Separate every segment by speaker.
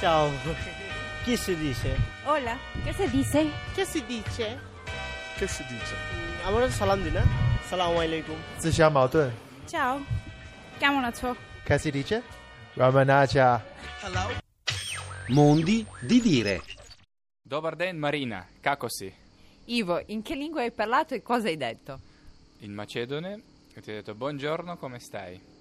Speaker 1: Ciao. Chi si dice?
Speaker 2: Hola, ¿qué se dice?
Speaker 3: Che si dice?
Speaker 1: Che si dice? আমরা সালাম দিই না সালাম আলাইকুম
Speaker 4: 自相矛盾。
Speaker 2: Ciao. Chiamo la ciò.
Speaker 4: Che si dice? Ramanaja.
Speaker 5: Mondi di dire.
Speaker 6: Dobar den Marina, kako si?
Speaker 7: Ivo, in che lingua hai parlato e cosa hai detto?
Speaker 6: In macedone e ti ho detto buongiorno, come stai?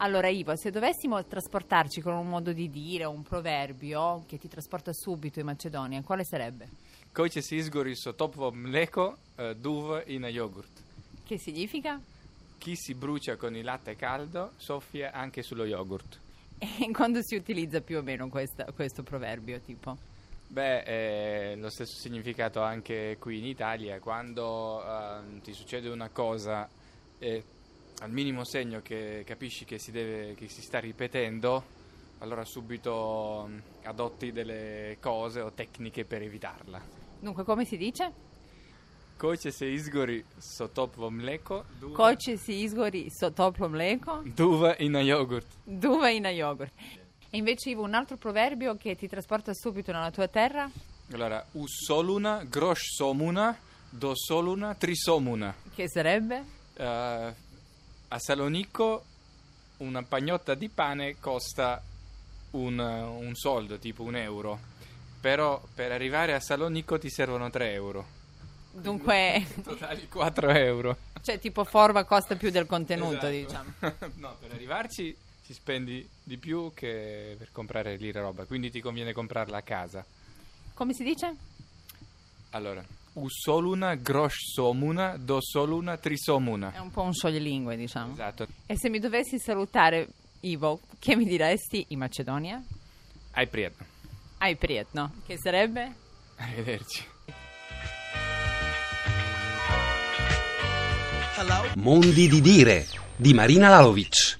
Speaker 7: Allora, Ivo, se dovessimo trasportarci con un modo di dire o un proverbio che ti trasporta subito in Macedonia, quale sarebbe?
Speaker 6: Koji će se izgori so topovo mleko, eh, duv i na yogurt.
Speaker 7: Che significa?
Speaker 6: Chi si brucia con il latte caldo soffia anche sullo yogurt.
Speaker 7: E quando si utilizza più o meno questa- questo proverbio, tipo?
Speaker 6: Beh, eh, lo stesso significato anche qui in Italia, quando ehm, ti succede una cosa e al minimo segno che capisci che si, deve, che si sta ripetendo, allora subito mm, adotti delle cose o tecniche per evitarla.
Speaker 7: Dunque, come si dice?
Speaker 6: Koće se izgori so toplo mleko, duva,
Speaker 7: Coce si izgori so toplo mleko,
Speaker 6: duva i na yogurt.
Speaker 7: duva i na yogurt. E invece, Ivo, un altro proverbio che ti trasporta subito nella tua terra?
Speaker 6: Allora, u soluna, groš somuna, do soluna, tri somuna.
Speaker 7: Che sarebbe?
Speaker 6: Eh, a Salonico una pagnotta di pane costa un, un soldo, tipo un euro. Però per arrivare a Salonico ti servono 3 euro.
Speaker 7: Dunque,
Speaker 6: Totali 4 euro.
Speaker 7: cioè, tipo, forma costa più del contenuto,
Speaker 6: Esatto.
Speaker 7: diciamo.
Speaker 6: no, per arrivarci ci spendi di più che per comprare lì la roba. Quindi ti conviene comprarla a casa.
Speaker 7: Come si dice?
Speaker 6: Allora, usoluna, grosh somuna, dosoluna, trisomuna.
Speaker 7: È un po' un scioglilingue, diciamo.
Speaker 6: Esatto.
Speaker 7: E se mi dovessi salutare, Ivo, che mi diresti in Macedonia?
Speaker 6: Hai prieto.
Speaker 7: Ai prietno, che sarebbe?
Speaker 6: Arrivederci.
Speaker 5: Mondi di dire. Di Marina Lalovic.